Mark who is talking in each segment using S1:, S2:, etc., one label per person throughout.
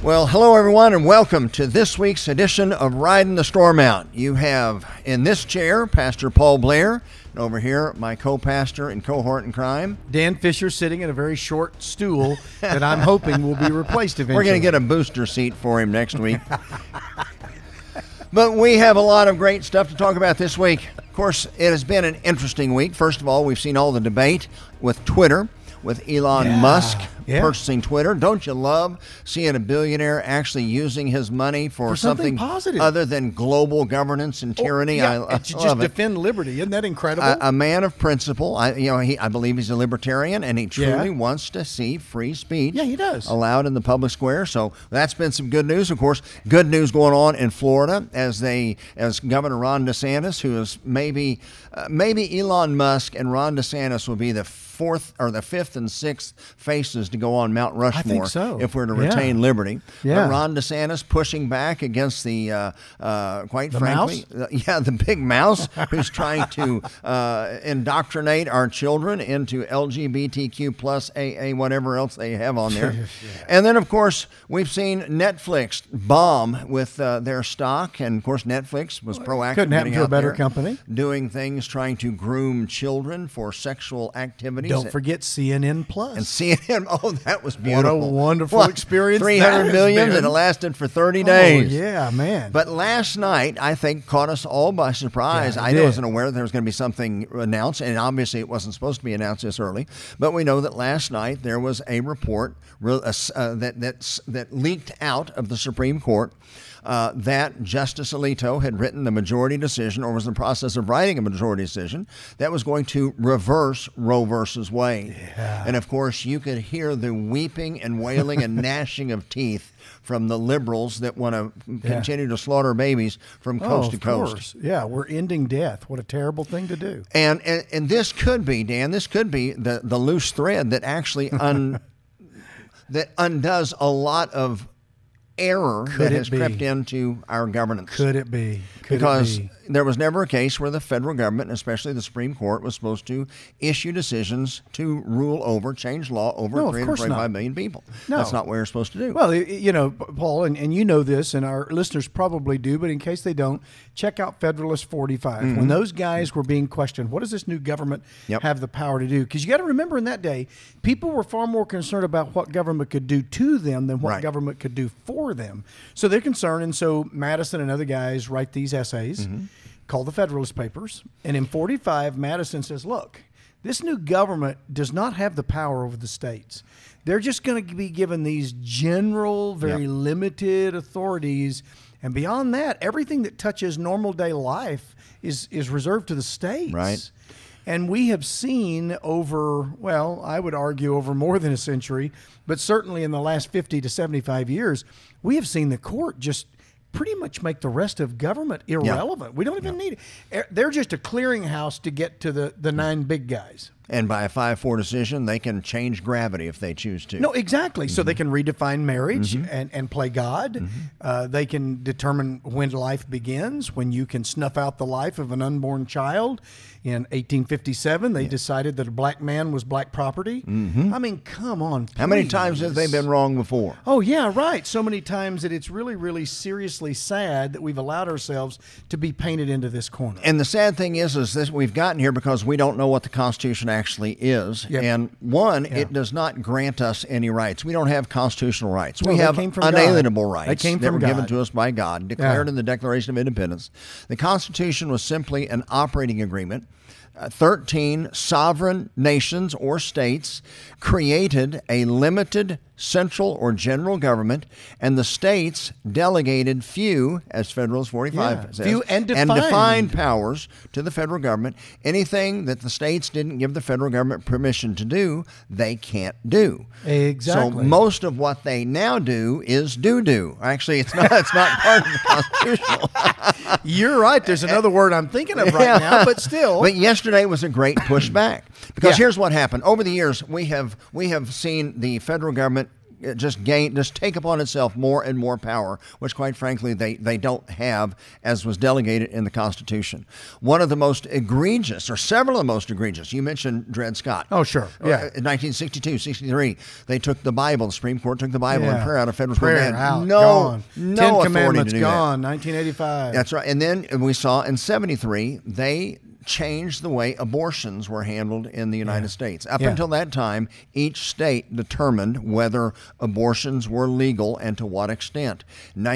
S1: Well, hello everyone, and welcome to this week's edition of Riding the Storm Out. You have in this chair Pastor Paul Blair, and over here my co-pastor and cohort in crime.
S2: Dan Fisher sitting in a very short stool that I'm hoping will be replaced eventually.
S1: We're going to get a booster seat for him next week. but we have a lot of great stuff to talk about this week. Of course, it has been an interesting week. First of all, we've seen all the debate with Twitter, with Elon Musk
S2: Yeah.
S1: purchasing Twitter. Don't you love seeing a billionaire actually using his money for,
S2: For something positive.
S1: other than global governance and tyranny?
S2: Yeah,
S1: I, I
S2: and to just
S1: love it
S2: defend liberty. Isn't that incredible?
S1: a, a man of principle. I, you know, he, I believe he's a libertarian, and he truly
S2: Yeah.
S1: wants to see free speech.
S2: Yeah, he does.
S1: Allowed in the public square. So that's been some good news. Of course, good news going on in Florida as they, as Governor Ron DeSantis, who is maybe, uh, maybe Elon Musk and Ron DeSantis will be the fourth or the fifth and sixth faces to go on Mount Rushmore.
S2: so.
S1: If we're to
S2: Yeah.
S1: retain liberty,
S2: Yeah.
S1: but Ron DeSantis pushing back against the, uh, uh, quite
S2: The
S1: frankly,
S2: mouse?
S1: uh, yeah, the big mouse who's trying to uh, indoctrinate our children into LGBTQ plus AA, whatever else they have on there. And then, of course, we've seen Netflix bomb with uh, their stock, and of course, Netflix was proactive.
S2: couldn't
S1: getting
S2: happen to a
S1: out
S2: better
S1: there,
S2: company.
S1: Doing things trying to groom children for sexual activities.
S2: Don't forget CNN Plus.
S1: And CNN, oh, that was beautiful.
S2: wonderful experience that
S1: Three hundred
S2: has
S1: million,
S2: been.
S1: and it lasted for thirty
S2: Oh,
S1: days.
S2: yeah, man.
S1: But last night, I think, caught us all by surprise.
S2: Yeah, it
S1: I
S2: did.
S1: wasn't aware that there was going to be something announced, and obviously it wasn't supposed to be announced this early. But we know that last night there was a report re- uh, s- uh, that, that, s- that leaked out of the Supreme Court uh, that Justice Alito had written the majority decision or was in the process of writing a majority decision that was going to reverse Roe versus Wade. And of course, you could hear the weeping and wailing and gnashing of teeth from the liberals that want to continue to slaughter babies from
S2: Oh,
S1: coast to
S2: of
S1: coast.
S2: course. Yeah, we're ending death. What a terrible thing to do.
S1: And, and and this could be Dan. This could be the the loose thread that actually un that undoes a lot of error that
S2: it
S1: has
S2: be?
S1: crept into our governance.
S2: Could it be? Could it
S1: because
S2: be?
S1: there was never a case where the federal government, especially the Supreme Court, was supposed to issue decisions to rule over, change law over
S2: No, of
S1: three hundred
S2: course
S1: forty-five million
S2: not.
S1: people.
S2: No.
S1: That's not what you're supposed to do.
S2: Well, y- y- you know, P- Paul, and, and you know this, and our listeners probably do, but in case they don't, check out Federalist 45. When those guys were being questioned, what does this new government
S1: Mm-hmm. Mm. Yep.
S2: have the power to do? Because you got to remember in that day, people were far more concerned about what government could do to them than what
S1: Right.
S2: government could do for them. So they're concerned. And so Madison and other guys write these essays
S1: Mm-hmm.
S2: called the Federalist Papers. And in 45, Madison says, look, this new government does not have the power over the states. They're just going to be given these general, very
S1: Yeah.
S2: limited authorities. And beyond that, everything that touches normal day life is, is reserved to the states.
S1: Right.
S2: And we have seen over, well, I would argue over more than a century, but certainly in the last 50 to 75 years, we have seen the court just pretty much make the rest of government irrelevant. We don't even need it. Eh, They're just a clearinghouse to get to the, the nine big guys.
S1: and by a five-four decision, they can change gravity if they choose to.
S2: No, exactly. So they can redefine marriage and, and play God. Uh, they can determine when life begins, when you can snuff out the life of an unborn child. In 1857, they decided that a black man was black property. I mean, come on.
S1: How many times have they
S2: please.
S1: been wrong before?
S2: Oh, yeah, right. So many times that it's really, really seriously sad that we've allowed ourselves to be painted into this corner.
S1: and the sad thing is, is this we've gotten here because we don't know what the Constitution actually is.
S2: Yep.
S1: And one, it does not grant us any rights. We don't have constitutional rights.
S2: No,
S1: we
S2: they
S1: have
S2: came from
S1: unalienable
S2: God.
S1: rights
S2: They came
S1: that
S2: from
S1: were given
S2: God.
S1: to us by God, declared in the Declaration of Independence. The Constitution was simply an operating agreement. Uh, 13 sovereign nations or states created a limited central or general government, and the states delegated few, as Federalist 45
S2: Yeah,
S1: says,
S2: few and
S1: and
S2: defined.
S1: defined powers to the federal government. Anything that the states didn't give the federal government permission to do, they can't do. So
S2: Exactly.
S1: most of what they now do is do do. Actually, it's not. It's not part of the constitutional.
S2: You're right. There's another word I'm thinking of right
S1: Yeah.
S2: now, but still.
S1: But yesterday was a great pushback because
S2: Yeah.
S1: here's what happened. Over the years, we have we have seen the federal government uh, just gain just take upon itself more and more power, which quite frankly they they don't have as was delegated in the Constitution. One of the most egregious, or several of the most egregious, you mentioned Dred Scott.
S2: Oh, sure.
S1: Uh,
S2: Yeah.
S1: In 1962, 63, they took the Bible. The Supreme Court took the Bible and
S2: Yeah.
S1: prayer out of federal
S2: Prayer
S1: school. They had
S2: out,
S1: no,
S2: gone.
S1: no
S2: Ten
S1: authority
S2: Commandments
S1: to do that.
S2: gone. 1985.
S1: That's right. And then we saw in 73, they changed the way abortions were handled in the United States. Up
S2: Yeah.
S1: until that time, each state determined whether abortions were legal and to what extent.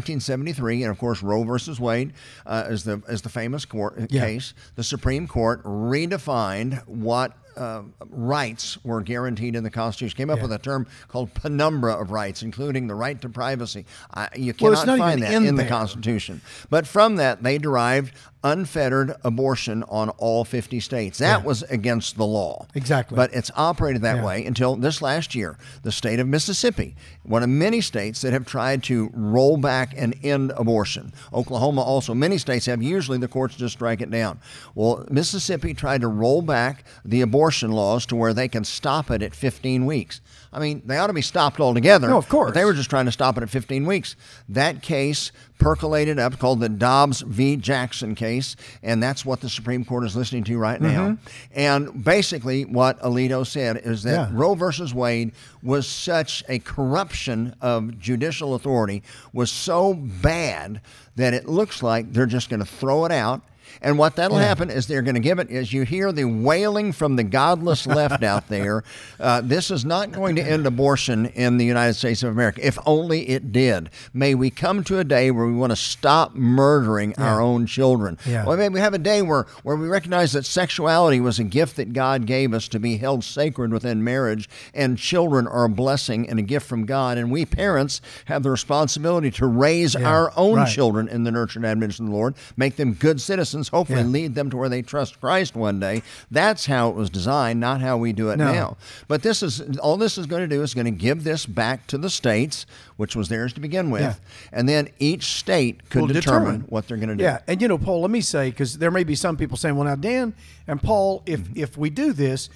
S1: 1973, and of course, Roe versus Wade uh, is, the, is the famous court, uh,
S2: Yeah.
S1: case. The Supreme Court redefined what uh, rights were guaranteed in the Constitution. Came up
S2: Yeah.
S1: with a term called penumbra of rights, including the right to privacy. I, you
S2: Well,
S1: cannot
S2: it's not even
S1: find that
S2: in
S1: in the
S2: there.
S1: Constitution. Constitution. But from that, they derived unfettered abortion on all 50 states. That was against the law.
S2: Exactly.
S1: But it's operated that
S2: Yeah.
S1: way until this last year. The state of Mississippi, one of many states that have tried to roll back and end abortion. Oklahoma also, many states have. Usually the courts just strike it down. Well, Mississippi tried to roll back the abortion laws to where they can stop it at 15 weeks. I mean, they ought to be stopped altogether.
S2: No, of course.
S1: But they were just trying to stop it at 15 weeks. That case percolated up, called the Dobbs v. Jackson case, and that's what the Supreme Court is listening to right now. And basically, what Alito said is that
S2: Yeah.
S1: Roe versus Wade was such a corruption of judicial authority, was so bad that it looks like they're just going to throw it out. And what that'll happen is they're going to give it. As you hear the wailing from the godless left out there, uh, this is not going to end abortion in the United States of America. If only it did. May we come to a day where we want to stop murdering our own children.
S2: Yeah.
S1: Well, may we have a day where where we recognize that sexuality was a gift that God gave us to be held sacred within marriage, and children are a blessing and a gift from God. And we parents have the responsibility to raise our own
S2: right.
S1: children children in the nurture and admonition of the Lord, make them good citizens, hopefully
S2: Yeah.
S1: lead them to where they trust Christ one day. That's how it was designed, not how we do it
S2: No.
S1: now. But this is all this is going to do is going to give this back to the states, which was theirs to begin with,
S2: Yeah.
S1: and then each state could
S2: Will
S1: determine,
S2: determine.
S1: what they're going to do.
S2: Yeah, and you know, Paul, let me say because there may be some people saying, "Well, now Dan and Paul, if
S1: Mm-hmm.
S2: if we do this,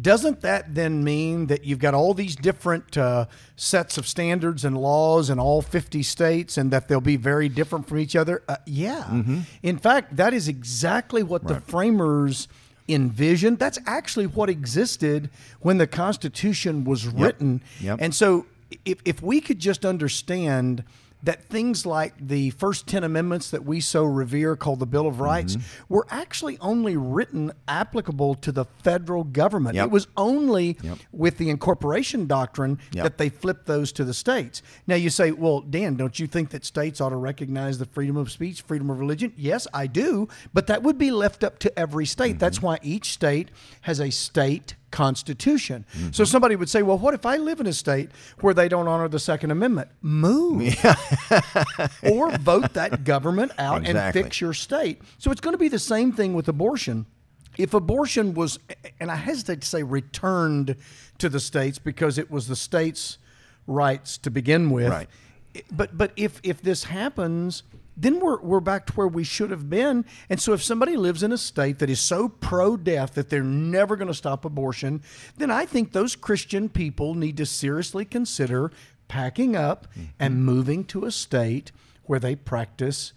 S2: doesn't that then mean that you've got all these different uh, sets of standards and laws in all fifty states, and that they'll be very different from each other?" Uh, yeah.
S1: Mm-hmm.
S2: In fact, that is exactly what the framers envisioned. That's actually what existed when the Constitution was written,
S1: Yep.
S2: and so if, if we could just understand that things like the first 10 amendments that we so revere called the bill of rights were actually only written applicable to the federal government
S1: Yep.
S2: it was only with the incorporation doctrine
S1: Yep.
S2: that they flipped those to the states now you say well dan don't you think that states ought to recognize the freedom of speech freedom of religion yes i do but that would be left up to every state that's why each state has a state constitution. So somebody would say, well, what if I live in a state where they don't honor the Second Amendment? Move. or vote that government out
S1: Exactly.
S2: and fix your state. So it's going to be the same thing with abortion. If abortion was, and I hesitate to say returned to the states because it was the states' rights to begin with.
S1: Right.
S2: But but if if this happens, then we're we're back to where we should have been. And so if somebody lives in a state that is so pro-death that they're never going to stop abortion, then I think those Christian people need to seriously consider packing up and moving to a state where they practice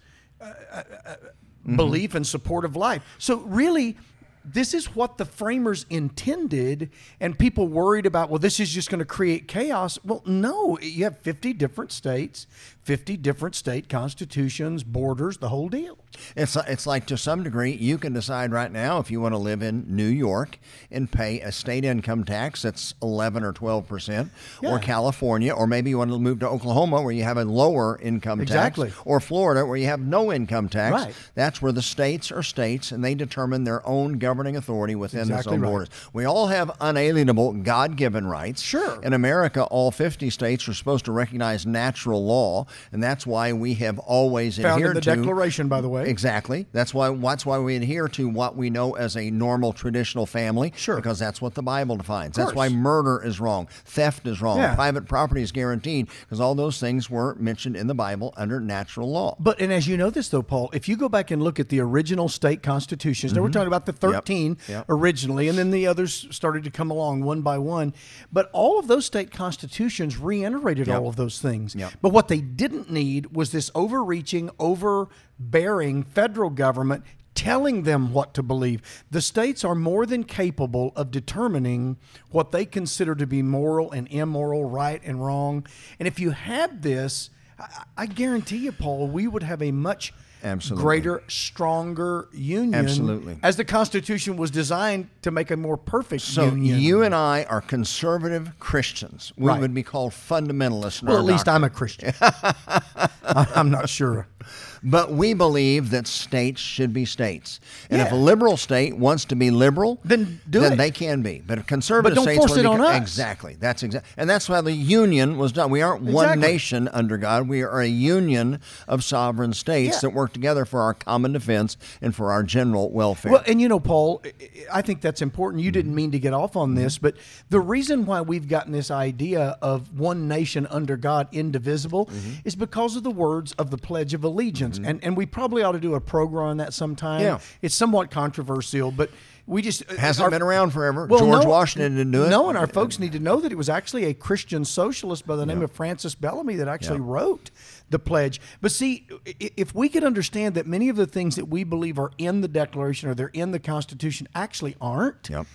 S1: Mm-hmm.
S2: belief and support of life. So really, this is what the framers intended, and people worried about, well, this is just going to create chaos. Well, no, you have 50 different states, 50 different state constitutions, borders, the whole deal.
S1: It's it's like to some degree you can decide right now if you want to live in New York and pay a state income tax that's eleven or twelve percent, or
S2: Yeah.
S1: California, or maybe you want to move to Oklahoma where you have a lower income
S2: Exactly.
S1: tax, or Florida where you have no income tax.
S2: Right.
S1: That's where the states are states and they determine their own governing authority within
S2: Exactly
S1: its own
S2: right.
S1: borders. We all have unalienable God given rights.
S2: Sure.
S1: In America, all fifty states are supposed to recognize natural law, and that's why we have always
S2: Found in
S1: adhered
S2: the
S1: to
S2: Declaration, by the way.
S1: Exactly. That's why that's why we adhere to what we know as a normal traditional family.
S2: Sure.
S1: Because that's what the Bible defines. That's
S2: course.
S1: why murder is wrong, theft is wrong,
S2: Yeah.
S1: private property is guaranteed, because all those things were mentioned in the Bible under natural law.
S2: But and as you know this though, Paul, if you go back and look at the original state constitutions, now we're talking about the 13th 14
S1: Mm-hmm. Yep.
S2: originally, and then the others started to come along one by one. But all of those state constitutions reiterated all of those things.
S1: Yep.
S2: But what they didn't need was this overreaching, overbearing federal government telling them what to believe. The states are more than capable of determining what they consider to be moral and immoral, right and wrong. And if you had this, I, I guarantee you, Paul, we would have a much
S1: Absolutely.
S2: greater, stronger union.
S1: Absolutely.
S2: As the Constitution was designed to make a more perfect
S1: So
S2: union.
S1: you and I are conservative Christians. We
S2: Right.
S1: would be called fundamentalists. in
S2: well,
S1: our
S2: at least
S1: doctrine.
S2: I'm a Christian. I- I'm not sure.
S1: But we believe that states should be states, and if a
S2: Yeah.
S1: liberal state wants to be liberal,
S2: Then do it.
S1: they can be. But if conservative
S2: But don't
S1: states
S2: force
S1: want to
S2: it
S1: be-
S2: on us.
S1: exactly. That's exactly, and that's why the union was done. We aren't one
S2: Exactly.
S1: nation under God. We are a union of sovereign states
S2: Yeah.
S1: that work together for our common defense and for our general welfare.
S2: Well, and you know, Paul, I- I think that's important.
S1: Mm-hmm.
S2: You didn't mean to get off on this, but the reason why we've gotten this idea of one nation under God, indivisible,
S1: Mm-hmm.
S2: is because of the words of the Pledge of Allegiance. And and we probably ought to do a program on that sometime.
S1: Yeah.
S2: It's somewhat controversial, but we just uh,
S1: Hasn't
S2: our-
S1: been around forever.
S2: Well,
S1: George
S2: no,
S1: Washington didn't do it.
S2: No, and our folks need to know that it was actually a Christian socialist by the name of Francis Bellamy that actually
S1: Yeah.
S2: wrote the pledge. But see, i- if we could understand that many of the things that we believe are in the Declaration or they're in the Constitution actually aren't.
S1: Yep.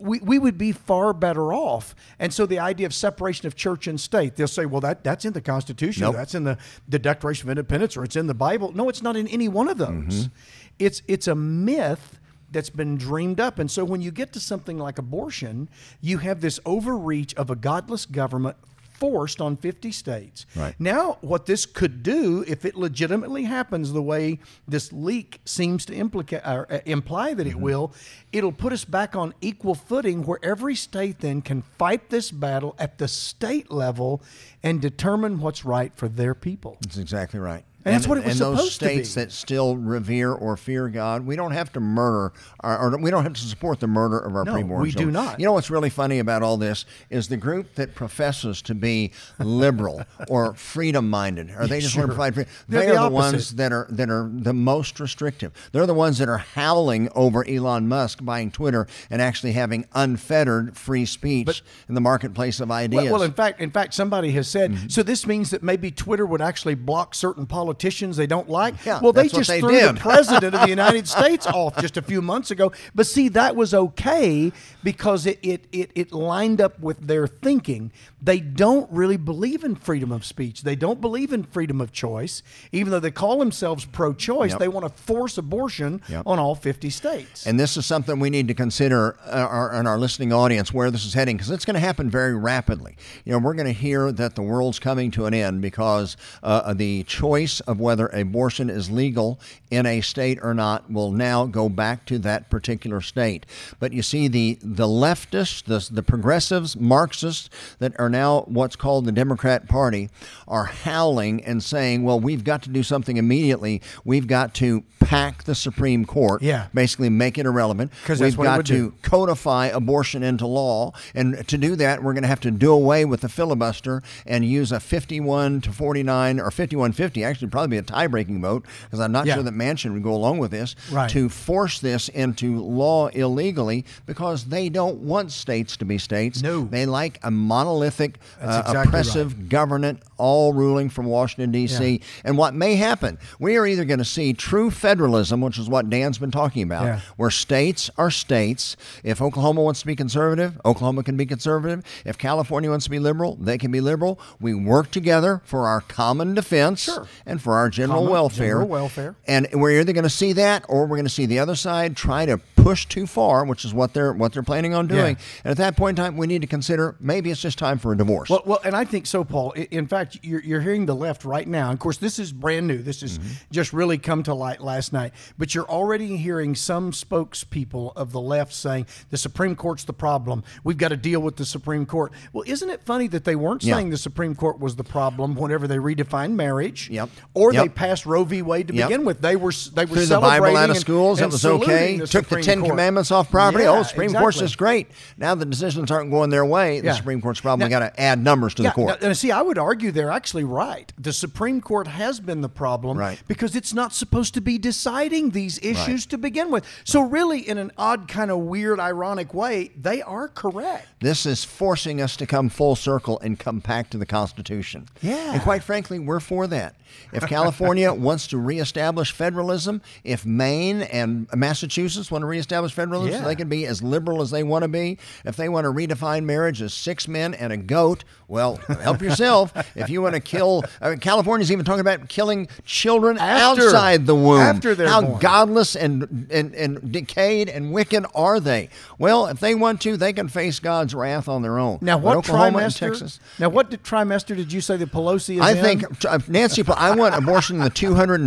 S2: We, we would be far better off. And so the idea of separation of church and state, they'll say, well, that, that's in the Constitution,
S1: Nope.
S2: that's in the, the Declaration of Independence, or it's in the Bible. No, it's not in any one of those. It's, it's a myth that's been dreamed up. And so when you get to something like abortion, you have this overreach of a godless government forced on 50 states.
S1: Right.
S2: Now, what this could do, if it legitimately happens the way this leak seems to implicate or uh, imply that it will, it'll put us back on equal footing where every state then can fight this battle at the state level and determine what's right for their people.
S1: That's exactly right.
S2: And that's what it was
S1: and those
S2: supposed to
S1: states
S2: be.
S1: that still revere or fear God, we don't have to murder, our, or we don't have to support the murder of our
S2: No,
S1: preborn
S2: we do
S1: children.
S2: not.
S1: You know what's really funny about all this is the group that professes to be liberal or freedom-minded, or they just want to provide freedom.
S2: They're
S1: They
S2: the
S1: are the ones
S2: opposite.
S1: that are that are the most restrictive. They're the ones that are howling over Elon Musk buying Twitter and actually having unfettered free speech in the marketplace of ideas. Mm-hmm.
S2: Well, well, in fact, in fact, somebody has said so. This means that maybe Twitter would actually block certain politicians they don't like.
S1: Yeah,
S2: well, they
S1: that's what
S2: just
S1: they
S2: threw
S1: did.
S2: the president of the United States off just a few months ago. But see, that was okay because it it it, it lined up with their thinking. They don't really believe in freedom of speech. They don't believe in freedom of choice, even though they call themselves pro-choice.
S1: Yep.
S2: They want to force abortion
S1: Yep.
S2: on all fifty states.
S1: And this is something we need to consider uh, our, in our listening audience where this is heading because it's going to happen very rapidly. You know, we're going to hear that the world's coming to an end because uh, of the choice of whether abortion is legal in a state or not will now go back to that particular state. But you see, the the leftists, the, the progressives, Marxists that are now what's called the Democrat Party are howling and saying, "Well, we've got to do something immediately. We've got to pack the Supreme Court."
S2: Yeah.
S1: basically make it irrelevant.
S2: 'Cause that's
S1: we've
S2: what it
S1: got
S2: would
S1: to
S2: do.
S1: codify abortion into law, and to do that, we're going to have to do away with the filibuster and use a 51 to 49 or 51-50, actually probably be a tie-breaking vote because I'm not
S2: Yeah.
S1: sure that Manchin would go along with this
S2: Right.
S1: to force this into law illegally because they don't want states to be states.
S2: No.
S1: they like a monolithic, uh,
S2: exactly right.
S1: oppressive government, all ruling from Washington, D.C. And what may happen, we are either going to see true federalism, which is what Dan's been talking about,
S2: Yeah.
S1: where states are states. If Oklahoma wants to be conservative, Oklahoma can be conservative. If California wants to be liberal, they can be liberal. We work together for our common defense
S2: Sure.
S1: and for our general
S2: Common-
S1: welfare.
S2: general welfare.
S1: And we're either going to see that, or we're going to see the other side try to push too far, which is what they're what they're planning on doing. And at that point in time, we need to consider maybe it's just time for a divorce.
S2: Well, well, and I think so, Paul. I- In fact, you're, you're hearing the left right now. Of course, this is brand new. This
S1: Mm-hmm.
S2: has just really come to light last night. But you're already hearing some spokespeople of the left saying the Supreme Court's the problem. We've got to deal with the Supreme Court. Well, isn't it funny that they weren't
S1: Yeah.
S2: saying the Supreme Court was the problem whenever they redefined marriage?
S1: Yep.
S2: Or
S1: Yep.
S2: they passed Roe v. Wade to
S1: Yep.
S2: begin with. They were s- they were
S1: Threw the
S2: celebrating
S1: Bible out of
S2: and-
S1: schools.
S2: and
S1: it was
S2: saluting
S1: okay.
S2: the
S1: Took the
S2: Supreme
S1: Ten Ten
S2: Court.
S1: Commandments off property.
S2: Yeah,
S1: oh, Supreme Court's
S2: exactly.
S1: just great. Now the decisions aren't going their way. The
S2: Yeah.
S1: Supreme Court's probably got to add numbers to the court.
S2: now- now, see, I would argue they're actually right. The Supreme Court has been the problem
S1: Right.
S2: because it's not supposed to be deciding these issues to begin with. So, really, in an odd, kind of weird, ironic way, they are correct.
S1: This is forcing us to come full circle and come back to the Constitution.
S2: Yeah.
S1: And quite frankly, we're for that. If California wants to reestablish federalism, if Maine and Massachusetts want to reestablish federalism, so
S2: Yeah.
S1: they can be as liberal as they want to be. If they want to redefine marriage as six men and a goat, well, help yourself. if you want to kill, I mean, California's even talking about killing children
S2: After-
S1: outside the womb.
S2: after they're
S1: How
S2: born.
S1: godless and, and, and decayed and wicked are they? Well, if they want to, they can face God's wrath on their own.
S2: Now,
S1: But
S2: what
S1: Oklahoma and
S2: trimester?
S1: Texas?
S2: Now, what did, trimester did you say that Pelosi is
S1: I
S2: in?
S1: think uh, Nancy. Pe- I want abortion in the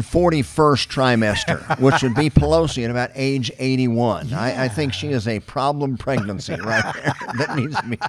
S1: 241st trimester, which would be Pelosi at about age 81. I, I think she is a problem pregnancy right there that needs to be.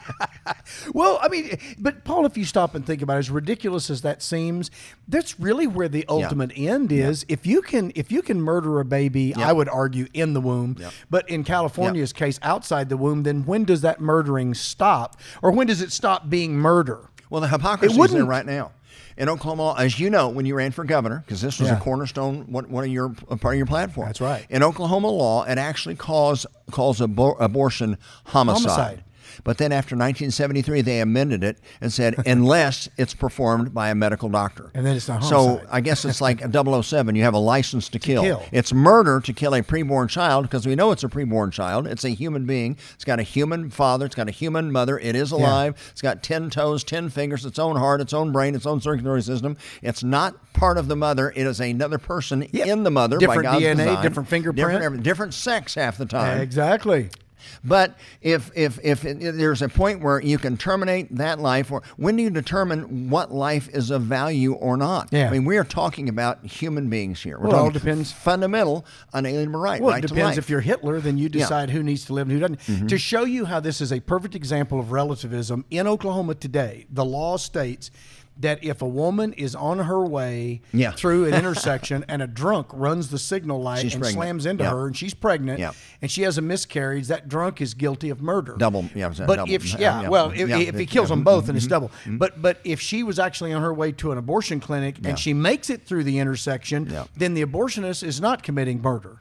S2: Well, I mean, but Paul, if you stop and think about it, as ridiculous as that seems, that's really where the ultimate end is. If you can, if you can murder a baby, I would argue in the womb, but in California's case, outside the womb, then when does that murdering stop, or when does it stop being murder?
S1: Well, the hypocrisy is there
S2: wouldn't.
S1: right now. In Oklahoma, as you know, when you ran for governor, because this was a
S2: Yeah.
S1: cornerstone, one, one of your a part of your platform.
S2: That's right.
S1: In Oklahoma law, it actually calls calls abor- abortion homicide.
S2: Homicide.
S1: But then after 1973, they amended it and said unless it's performed by a medical doctor.
S2: And then it's not
S1: So
S2: homicide.
S1: I guess it's like a 007. You have a license to, kill.
S2: kill.
S1: It's murder to kill a preborn child because we know it's a preborn child. It's a human being. It's got a human father. It's got a human mother. It is alive. It's got 10 toes, 10 fingers, its own heart, its own brain, its own circulatory system. It's not part of the mother. It is another person in the mother
S2: Different
S1: by God's
S2: DNA,
S1: design.
S2: different fingerprint.
S1: Different, every- different sex half the time.
S2: Exactly.
S1: But if if if it- it- there's a point where you can terminate that life, or when do you determine what life is of value or not?
S2: Yeah.
S1: I mean, we are talking about human beings here. We're
S2: Well, it all
S1: talking
S2: depends-
S1: Fundamental unalienable right.
S2: Well,
S1: right
S2: it
S1: to
S2: depends
S1: life. Mm-hmm.
S2: if you're Hitler, then you decide who needs to live and who doesn't. To show you how this is a perfect example of relativism, in Oklahoma today, the law states that if a woman is on her way
S1: Yeah.
S2: through an intersection and a drunk runs the signal light
S1: She's
S2: and
S1: pregnant.
S2: slams into
S1: Yeah.
S2: her and she's pregnant
S1: Yeah.
S2: and she has a miscarriage, that drunk is guilty of murder.
S1: Double, yeah, it's a
S2: But
S1: double.
S2: if she,
S1: Yeah,
S2: yeah,
S1: yeah.
S2: well, if,
S1: Yeah,
S2: if he
S1: it-
S2: kills
S1: yeah.
S2: them both, then
S1: mm-hmm,
S2: it's double. But but if she was actually on her way to an abortion clinic and she makes it through the intersection,
S1: Yeah.
S2: then the abortionist is not committing murder.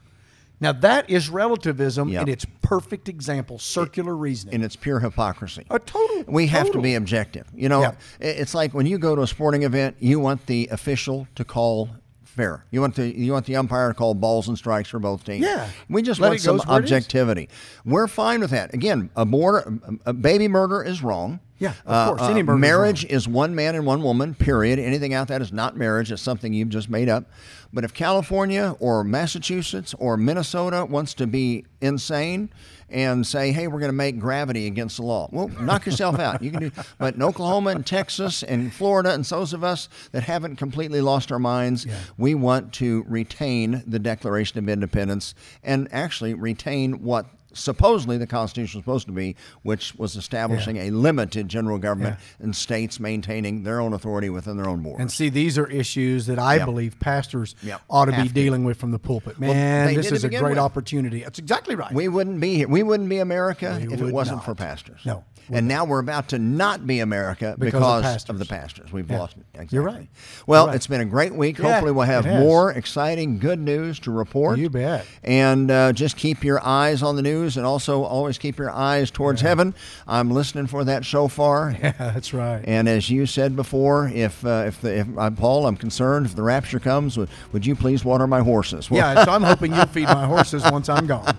S2: Now that is relativism
S1: Yeah.
S2: and it's perfect example, circular reasoning.
S1: and it's pure hypocrisy.
S2: A Oh, total-
S1: We have to
S2: total.
S1: be objective. You know,
S2: Yeah.
S1: i- it's like when you go to a sporting event, you want the official to call fair. You want the you want the umpire to call balls and strikes for both teams.
S2: Yeah.
S1: we just
S2: Let
S1: want
S2: it
S1: some
S2: goes where it is.
S1: objectivity. We're fine with that. Again, a, mor- a baby murder is wrong. Uh,
S2: Yeah, of course, any murder is
S1: marriage is one man and one woman. Period. Anything out that is not marriage is something you've just made up. But if California or Massachusetts or Minnesota wants to be insane and say, "Hey, we're going to make gravity against the law," well, knock yourself out. You can do. But in Oklahoma and Texas and Florida and those of us that haven't completely lost our minds, we want to retain the Declaration of Independence and actually retain what supposedly the Constitution was supposed to be, which was establishing a limited general government and states maintaining their own authority within their own borders.
S2: and see, these are issues that I believe pastors
S1: Yeah.
S2: ought to
S1: Have
S2: be
S1: to.
S2: dealing with from the pulpit.
S1: they
S2: Man,
S1: did
S2: this
S1: to
S2: is a
S1: begin
S2: great
S1: with.
S2: opportunity. That's exactly right.
S1: we wouldn't be here. We wouldn't be America
S2: We
S1: if it
S2: would
S1: wasn't
S2: not.
S1: for pastors.
S2: No.
S1: And now we're about to not be America
S2: Because of
S1: because, of,
S2: pastors.
S1: the pastors. We've lost it.
S2: You're right.
S1: Well,
S2: You're right.
S1: it's been a great week.
S2: Yeah,
S1: Hopefully, we'll have
S2: it has.
S1: more exciting good news to report.
S2: You bet.
S1: And uh, just keep your eyes on the news and also always keep your eyes towards heaven. I'm listening for that shofar.
S2: yeah, that's right.
S1: And as you said before, if uh, if, the, if I'm Paul, I'm concerned if the rapture comes, would, would you please water my horses? Well,
S2: yeah, so I'm hoping you'll feed my horses once I'm gone.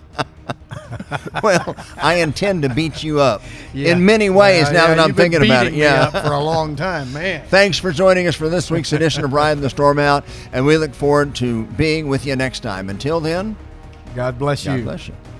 S1: well, I intend to beat you up
S2: Yeah.
S1: in many ways
S2: Yeah,
S1: now
S2: yeah,
S1: that I'm
S2: you've been
S1: thinking about it.
S2: beating me
S1: Yeah.
S2: up for a long time, man.
S1: Thanks for joining us for this week's edition of Riding the Storm Out, and we look forward to being with you next time. Until then,
S2: God bless
S1: God
S2: you.
S1: bless you.